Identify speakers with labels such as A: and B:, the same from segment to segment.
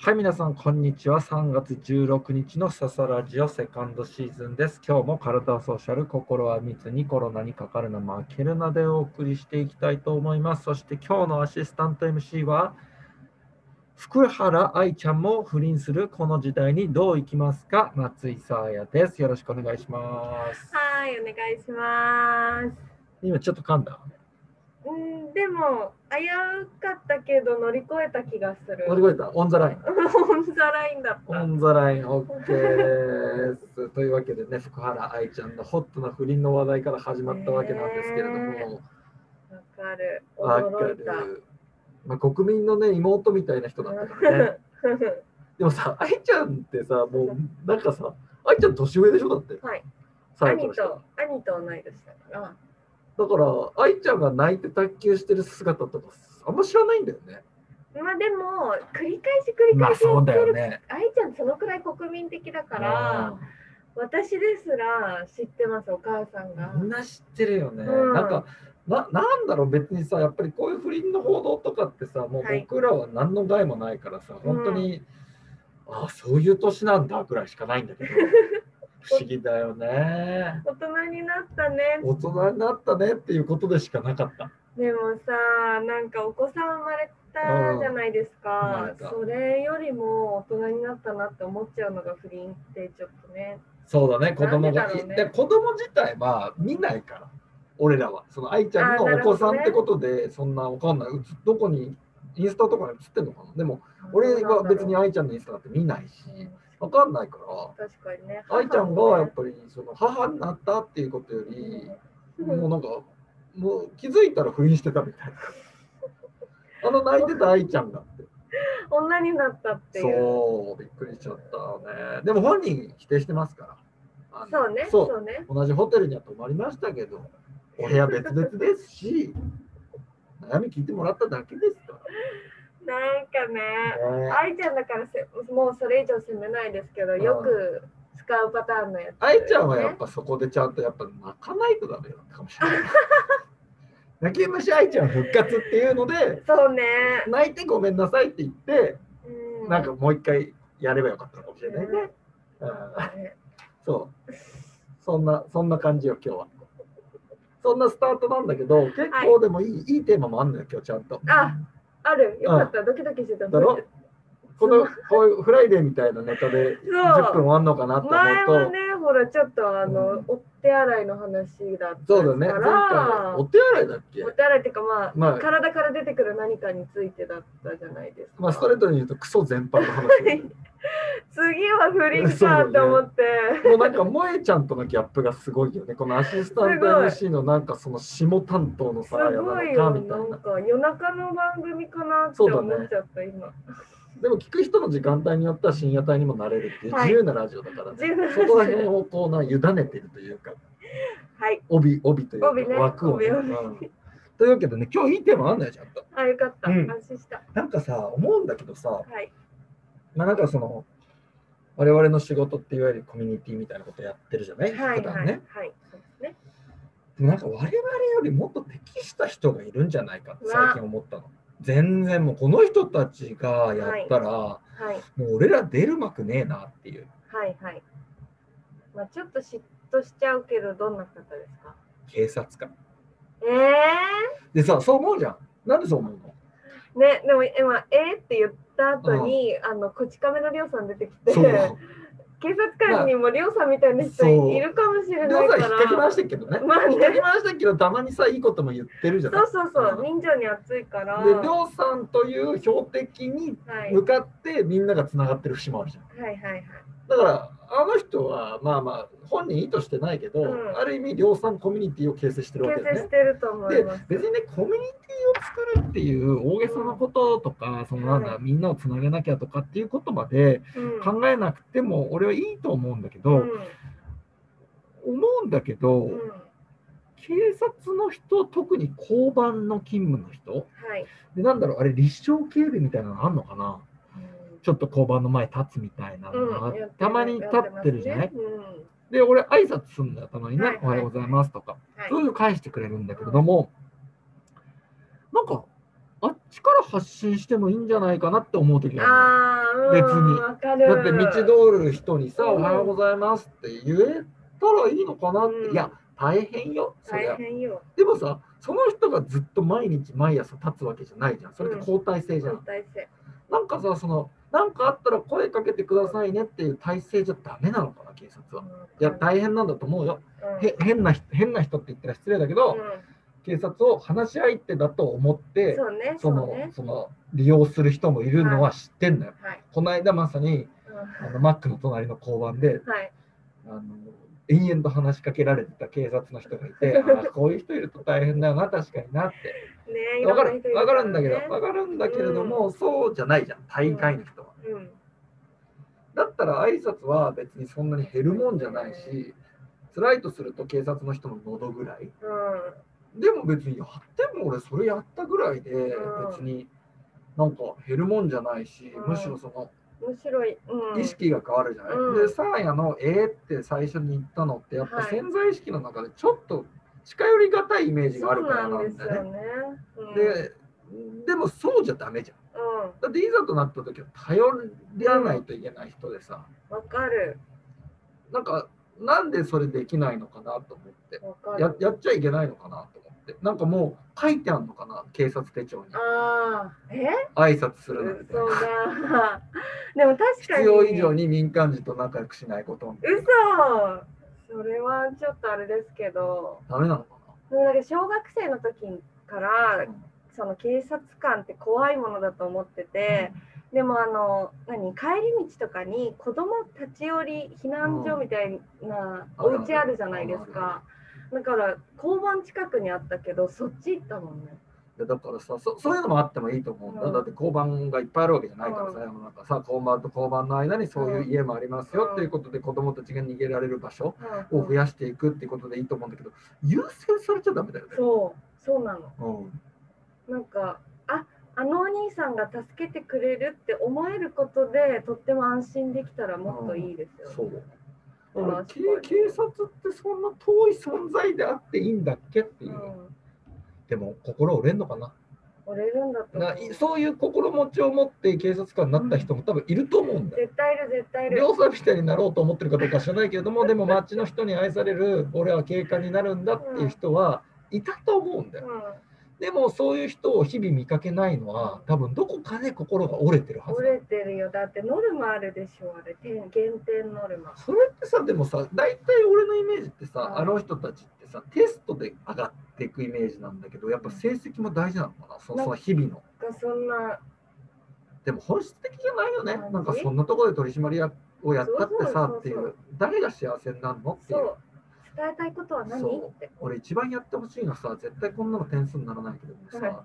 A: はい、皆さん、こんにちは。3月16日のササラジオセカンドシーズンです。今日も体はソーシャル、心は密にコロナにかかるな、負けるなでお送りしていきたいと思います。そして今日のアシスタント MC は、福原愛ちゃんも不倫するこの時代にどういきますか松井沙耶です。よろしくお願いします。
B: はい、お願いします。
A: 今ちょっと噛んだ。
B: うん、でも危うかったけど乗り越えた気がする。
A: 乗り越えた。オンザライン。
B: オンザラインだっ
A: オ
B: た。
A: ンザライン OK です。というわけでね、福原愛ちゃんのホットな不倫の話題から始まったわけなんですけれども、
B: わかる。
A: わか
B: 驚いた。
A: る。まあ、国民のね、妹みたいな人だったからね。でもさ、愛ちゃんってさ、もうなんかさ、愛ちゃん年上でしょだって。
B: はい。
A: 最後
B: 兄
A: の人
B: と兄と同い年だから。
A: だから、愛ちゃんが泣いて卓球してる姿とか、あんま知らないんだよね。
B: まあでも繰り返し繰り返しやって る。
A: ね。
B: 愛ちゃんそのくらい国民的だから、私ですら知ってますお母さんが。
A: みんな知ってるよね、
B: うん
A: なんかななんだろう別にさやっぱりこういう不倫の報道とかってさもう
B: はい
A: 僕らは何の害もないからさ、
B: うん
A: 本当にああそういう年なんだぐらいしかないんだけ ど不思議だよね
B: 大人になったね
A: 大人になったねっていうことでしかなかった
B: でもさなんかお子さん生まれたじゃないで
A: う
B: すか、
A: ん生まれた
B: それよりも大人になったなって思っちゃうのが不倫ってちょっとね
A: そうだね子供
B: な
A: が
B: んでだろうね
A: で子供自体は見ないから俺らはその愛ちゃんの
B: あー
A: お子さ
B: なるほど
A: ん
B: ね
A: ってことで、そんなわかんないどこにインスタとかに映ってんのかなでも俺は別に
B: うん
A: 愛ちゃんのインスタなんて見ないし、
B: 確
A: わかんないか
B: かにね
A: ら、愛ちゃんがやっぱりその母になったっていうことより、もう
B: の
A: なんか、もう気づいたら不倫してたみたい な。あの泣いてた愛ちゃんがって。
B: 女になったっていう
A: そう、びっくりしちゃったね。でも本人否定してますから。あの
B: そうね
A: そ
B: そううね
A: 同じホテルには泊まりましたけど、お部屋別々ですし、悩み聞いてもらっただけですか
B: なんかね
A: ら ね。
B: 愛ちゃんだからせもうそれ以上責めないですけど
A: ん
B: よく使うパターンのやつ、
A: 愛ちゃんはやっぱそこでちゃんとやっぱ泣かないとダメだったかもしれない。泣き虫愛ちゃん復活っていうので、
B: そうね、
A: 泣いてごめんなさいって言って、
B: う
A: なんかもう一回やればよかったのかもしれないね。うん、
B: ね
A: そう。そんな、そんな感じよ、今日は。そんなスタートなんだけど、結構でもいい、い、いテーマもあんのよ、今日ちゃんと。
B: ああるよかった、ドキドキしてた
A: だろこの、こういうフライデーみたいなネタで
B: そう
A: 10分あんのかなと
B: 前
A: 思
B: は
A: う
B: ねほらちょっとあの、
A: うん
B: お手洗いの話だった
A: と、
B: か
A: そうだね、前回、
B: ら
A: お手洗いだっけ
B: お手洗いっていうかまあ、
A: まあ、
B: 体から出てくる何かについてだったじゃないですか、
A: まあ、ストレートに言うとクソ全般の話だ よね。
B: 次は不倫かって思って、
A: もうなんか萌えちゃんとのギャップがすごいよね。このアシスタント
B: すごい
A: MC のなんかその下担当の
B: す
A: さ、
B: ご
A: やなの
B: い
A: か
B: よ
A: みた
B: ないん
A: な。
B: か夜中の番組かなって
A: そうだ
B: 思
A: ね
B: っちゃった、今
A: でも聞く人の時間帯によっては深夜帯にもなれるっていう
B: はい
A: 自由なラジオだからね。
B: 自由なラジ
A: そ
B: オ
A: こら辺をこうな委ねてるというか、
B: はい
A: 帯、帯というか
B: 帯ね
A: 枠をね。
B: 帯を
A: うんというわけでね、今日いいテーマあんのよ、ちゃんと。
B: あよかった、
A: うん
B: 安心したは
A: なんかさ、思うんだけどさ、
B: い
A: まあ、なんかその、我々の仕事っていわゆるコミュニティみたいなことやってるじゃない、
B: はい
A: 普
B: は
A: 段
B: い、
A: ね。
B: はいそうですね
A: でもなんか我々よりもっと適した人がいるんじゃないかって
B: うわ
A: 最近思ったの。全然もうこの人たちがやったら、
B: はい
A: もう俺ら出る幕ねえなっていう。
B: はいはいまあちょっと嫉妬しちゃうけどどんな方ですか
A: 警察官。
B: えー、
A: でさ、そう思うじゃん。なんでそう思うの
B: ね、でも今、えーって言った後に、あの、こち亀のりょうさん出てきて、
A: そう。
B: 警
A: り
B: 察官にもりょうさんみたいな人
A: そう
B: いるかもしれ
A: ょ
B: ないう
A: さん
B: か
A: 引
B: ら。
A: っかき回してるけどね。
B: まあね
A: 引っかき回してるけど、たまにさ、いいことも言ってるじゃない
B: そうそうそうう、
A: ん
B: 人情に熱いから。
A: で、りょうさんという標的に
B: はい、
A: 向かってみんながつながってる節もあるじゃん。
B: はいはいはい。
A: だから、あの人は、まあまあ、本人意図してないけど、
B: うん
A: ある意味、量産コミュニティを形成してるわけ
B: 形
A: だよ
B: 成し
A: ね。
B: てると思い
A: で
B: ます。、
A: 別にね、コミュニティを作るっていう大げさなこととか、そのなんだ、
B: う
A: みんなをつなげなきゃとかっていうことまで
B: うん
A: 考えなくても、俺はいいと思うんだけ
B: う
A: ど、
B: ん
A: 思うんだけど、
B: うん
A: 警察の人、特に交番の勤務の人、
B: はい。
A: でなんだろう、あれ、立証警備みたいなのあんのかなちょっと交番の前立つみたいな
B: う
A: の
B: ん
A: が、
B: やって
A: たまに立ってるじゃない、
B: やってますねうん
A: で、俺、挨拶するんだよ、たまにね、
B: はいは
A: お
B: い
A: はようございますとか、
B: はい
A: そういうの返してくれるんだけれども、なんか、あっちから発信してもいいんじゃないかなって思う時があ
B: ああ、
A: 別に
B: わか
A: る
B: る。
A: だって道通る人にさ「
B: うん
A: おはようございます」って言えたらいいのかなって、
B: うん
A: いや大変よそりゃ
B: 大変よ。
A: でもさその人がずっと毎日毎朝立つわけじゃないじゃんそれって交代制じゃん、
B: 交代制。
A: なんかさそのなんかあったら声かけてくださいねっていう体制じゃダメなのかな警察は。いや大変なんだと思うよ。
B: うん
A: へ変な人変な人って言ったら失礼だけど、
B: う
A: 警察を話し相手だと思っ
B: ん、
A: て
B: そうね、
A: そ
B: そう
A: の
B: ね。
A: その利用する人もいるのは知ってんだよ。
B: はい。
A: この間まさに
B: うん
A: あのマックの隣の交番で
B: はい。
A: あの延々と話しかけられてた警察の人がい てあーこういう人いると大変だよな確かになって
B: ね
A: わかるわかるんだけど
B: わ
A: わかるんだけれども、そうじゃないじゃん大概の人は。
B: うん。
A: だったら挨拶は別にそんなに減るもんじゃないし辛いとすると警察の人の喉ぐらいでも別にやっても俺それやったぐらいで
B: うん
A: 別になんか減るもんじゃないし
B: うん
A: むしろその
B: うん。面白い。うん。
A: 意識が変わるじゃない、
B: うん
A: でサーヤの「えー」って最初に言ったのってやっぱ
B: はい
A: 潜在意識の中でちょっと近寄りがたいイメージ
B: そ
A: があ
B: う
A: るから
B: な
A: なんん
B: で
A: だ
B: すよ
A: よね。
B: ね。うん、
A: ででもそうじゃダメじゃん。
B: う
A: だっていざとなった時は頼らないといけない人でさ、
B: ん。わかる。
A: なんかなんでそれできないのかなと思って
B: わか
A: や
B: る。
A: やっちゃいけないのかなと思ってなんかもう書いてあるのかな警察手帳に
B: ああ、え
A: 挨拶するなんて
B: 嘘だ。でも確か
A: 必
B: に。
A: 要以上に民間人と仲良くしないことみたいな
B: 嘘それはちょっとあれですけど、
A: ダメなのか
B: でもなんか小学生の時から
A: な、うん
B: その警察官って怖いものだと思ってて、でもあの何帰り道とかに子供立ち寄り避難所みたいなお家あるじゃないですか、だから交番近くにあったけどそっち行ったもんね
A: いやだからさそそういうのもあってもいいと思うんだ、
B: うん
A: だって交番がいっぱいあるわけじゃないからさ、世の中さ交番と交番の間にそういう家もありますよ
B: うん
A: っていうことで子供たちが逃げられる場所
B: うん
A: を増やしていくっていうことでいいと思うんだけど優先されちゃダメだよね。
B: そうそうなの
A: うん
B: なんかああのお兄さんが助けてくれるって思えることでとっても安心できたらもっといいですよ、
A: そうだからけ
B: 確かに
A: 警察ってそんな遠い存在であっていいんだっけっていうう、
B: ん、
A: でも心折れんのかな
B: 折れるんだと思
A: な
B: う
A: そういう心持ちを持って警察官になった人も多分いると思うんだよ
B: 絶対いる絶対いる
A: 両さんみたいになろうと思ってるかどうか知らないけれどもでも町の人に愛される俺は警官になるんだっていう人はいたと思うんだよ
B: うん
A: でもそういう人を日々見かけないのは多分どこかで心が折れてるはず
B: 折れてるよだってノルマあるでしょあれ点減点ノルマ
A: それってさでもさ大体俺のイメージってさ
B: うん
A: あの人たちってさテストで上がっていくイメージなんだけどやっぱ成績も大事なのかなその
B: なん
A: その
B: か
A: 日々の
B: がそんな
A: でも本質的じゃないよね
B: うん
A: なんかそんなところで取り締まりやをやったってさ
B: そうそうそうそう
A: っていう誰が幸せになるのってい
B: そうう伝えたいことは何
A: そう
B: って
A: 俺一番やってほしいのさ絶対こんなの点数にならないけどもさ、
B: はい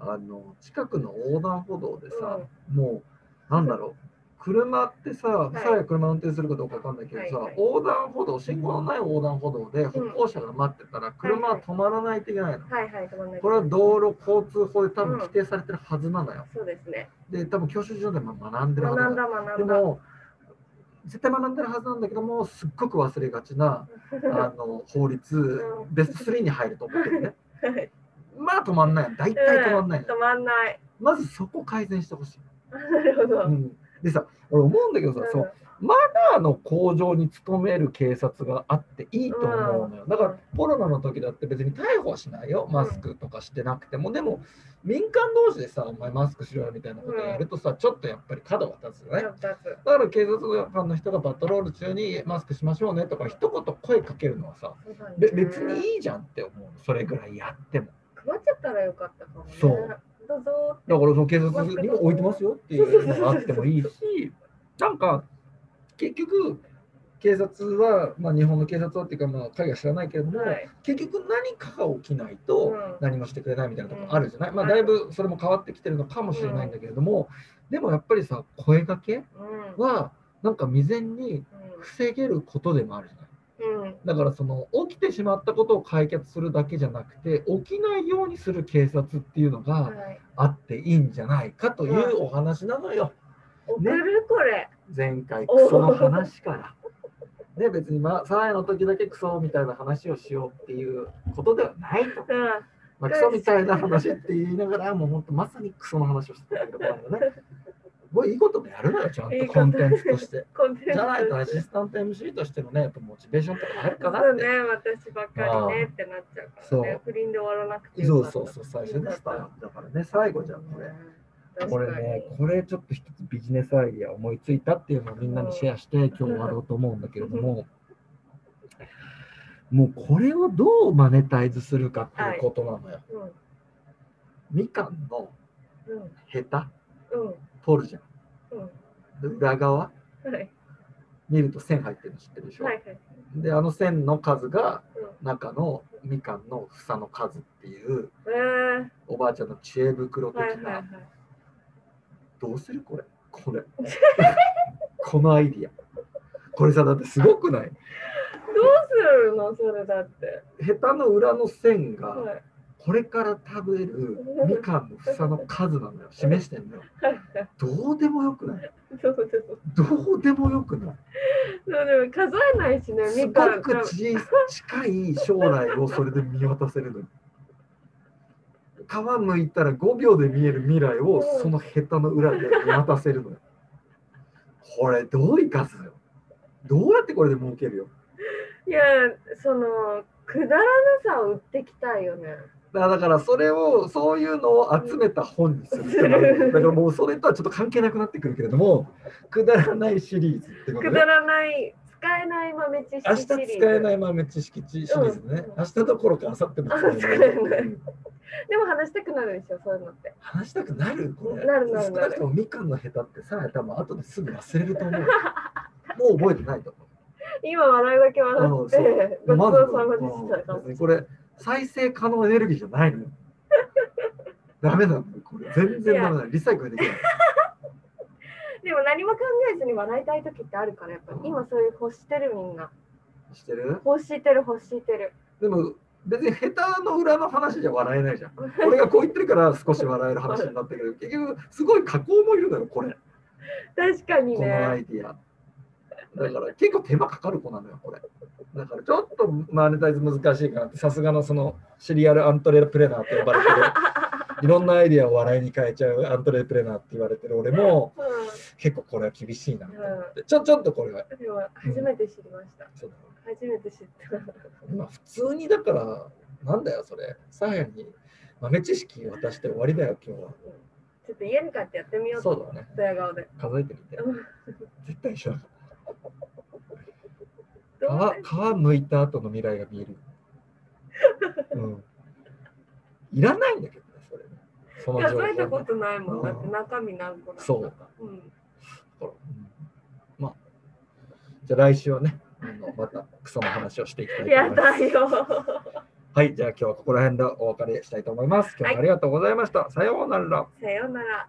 A: あの近くの横断歩道でさ、もうなんだろう車ってさ、
B: い
A: さや車運転するかどうかわかんないけどさ、
B: はいはい
A: 横断歩道信号のない横断歩道で歩行者が待ってたら車は止まらないといけないの、
B: うん、はいはい止まんない
A: これは道路交通法で多分規定されてるはずなのよ、
B: そうですね
A: で多分教習所でも学んでるは
B: 学
A: ずなの
B: んだ学
A: で
B: んだ
A: も絶対学んでるはずなんだけどもすっごく忘れがちなあの法律
B: う
A: ベスト3に入ると思ってるね
B: はい
A: まあ止まんない大体止まんない、
B: 止まんない
A: まずそこ改善してほしい、
B: なるほど、
A: うんでさ俺思うんだけどさ、
B: うん
A: そうパーの工場に勤める警察があっていいと思うのよ、だからコロナの時だって別に逮捕はしないよマスクとかしてなくても、でも民間同士でさお前マスクしろよみたいなことやるとさ、ちょっとやっぱり角が立つよね、
B: やっぱつ
A: だから警察官の人がパトロール中にマスクしましょうねとか一言声かけるのはさ
B: そうだね
A: べ別にいいじゃんって思うのそれぐらいやっても
B: 配っちゃったらよかったかもね
A: そう
B: どうぞ
A: だからその警察にも置いてますよっていうのがあってもいいしなんか結局警察は、まあ、日本の警察はっていうか、まあ、海外は知らないけれども、
B: はい
A: 結局何かが起きないと
B: うん
A: 何もしてくれないみたいなところあるじゃない、
B: ん
A: まあ、だいぶそれも変わってきてるのかもしれないんだけれども、でもやっぱりさ声がけ
B: うん
A: はなんか未然に防げることでもあるじゃない。
B: うんうん
A: だからその起きてしまったことを解決するだけじゃなくて起きないようにする警察っていうのが
B: はい
A: あっていいんじゃないかというお話なのよ。
B: 送るこれ
A: 前回クソの話から。ね、別にまあ、サーヤの時だけクソみたいな話をしようっていうことではないと。
B: うん
A: まあ、クソみたいな話って言いながら、もう本当まさにクソの話をしてたけど、なんかね、すごいいいこともやるのよ、ちゃん
B: いい
A: と
B: こと
A: コンテンツとして。
B: コンテンツ
A: じゃないとアシスタント MC としてのね、やっぱモチベーションとか入るかな
B: そう
A: っ
B: ね
A: て。、
B: 私ばっかりねってなっちゃうから
A: そう
B: ね。不倫で終わらなくて
A: そ
B: よ
A: う
B: かった
A: そうそう、最初でしたよ。だからね、最後じゃん、これ。
B: 確
A: これ
B: かに
A: ね、これちょっと一つビジネスアイディア思いついたっていうのをみんなにシェアして今日終わろうと思うんだけれども、もうこれをどうマネタイズするかっていうことなのよ。
B: うん
A: みかんの
B: う
A: ヘタ
B: ん
A: 取るじゃ
B: うんうん
A: ん。裏側
B: はい
A: 見ると線入ってるの知ってるでしょ、
B: はいはい
A: で、あの線の数が中のみかんの房の数っていう
B: うんえ
A: おばあちゃんの知恵袋
B: ー
A: 的
B: はいはい
A: な、
B: はい
A: どうするこれこれこのアイディアこれさだってすごくない
B: どうするのそれだって
A: ヘタの裏の線が
B: はい
A: これから食べるみかんの房の数なのよ示してんのよ
B: はいはい
A: どうでもよくない
B: そうそう
A: どうでもよくない
B: そうでも数えないしね
A: す
B: み
A: ご
B: かん
A: くち近い将来をそれで見渡せるのよ皮むいたら5秒で見える未来をそのヘタの裏で見渡せるのよこれどう生かすのよどうやってこれで儲けるよ
B: いやそのくだらなさを売ってきたいよね
A: だからだからそれをそういうのを集めた本にするってなるだからもうそれとはちょっと関係なくなってくるけれど もくだらないシリーズってこと
B: く
A: ね
B: だらない使えない豆知
A: 明
B: 識
A: 日
B: シリーズ
A: 使えない豆知識シリーズね、
B: うん
A: 明日どころか明後日も使
B: あ
A: え
B: 使
A: な
B: え
A: い
B: ないでも話したくなるでしょそういうのって
A: 話したくなるこれ
B: なるなるなる
A: 少なくともみかんのヘタってさ多分後ですぐ忘れると思うもう覚えてないと思う
B: 今笑いだけ笑
A: うん
B: っ
A: そう
B: てごち
A: ま
B: そ
A: ず
B: うさまでしたかも
A: 別にこれ再生可能エネルギーじゃないのよダメなのよこれ全然ダメなのリサイクルできない
B: でも何も考えずに笑いたい時ってあるからやっぱり今そういう欲してるみんな
A: してる
B: 欲してる欲してる
A: でも別に下手の裏の話じゃ笑えないじゃん。 俺がこう言ってるから少し笑える話になったけど、結局すごい加工もいるのよ、これ。
B: 確かに
A: このア
B: ね
A: イディア。だから結構手間かかる子なのよ、これ。だからちょっとマネタイズ難しいからって、さすがのそのシリアルアントレプレナーって呼ばれてる、いろんなアイディアを笑いに変えちゃうアントレプレナーって言われてる俺も、
B: うん
A: 結構これは厳しいなと思っ
B: う
A: て。ちょ、ちょっとこれは。
B: んでも初めて知りました
A: そうだ
B: 初めて知った
A: まあ普通にだから、なんだよそれ。サーヤに豆知識渡して終わりだよ、今日は。
B: ちょっと家に帰ってやってみようと
A: そう
B: 思
A: だね。
B: ドヤ顔で
A: 数えてみて
B: うん。
A: 絶対一緒だか
B: どう
A: ら。皮皮剥いた後の未来が見える。うん。いらないんだけどね、それね。その情
B: 数
A: 報
B: えたこ
A: ね。
B: とないも
A: うん
B: んだって中身何個なのか
A: そう
B: うん
A: ほらうんまあ、じゃあ来週はね、あのまたクソの話をしていきたいと
B: や
A: 思いま
B: だ
A: す。
B: よ
A: はい、じゃあ今日はここら辺でお別れしたいと思います。今日もありがとうございました。さようなら。
B: さようなら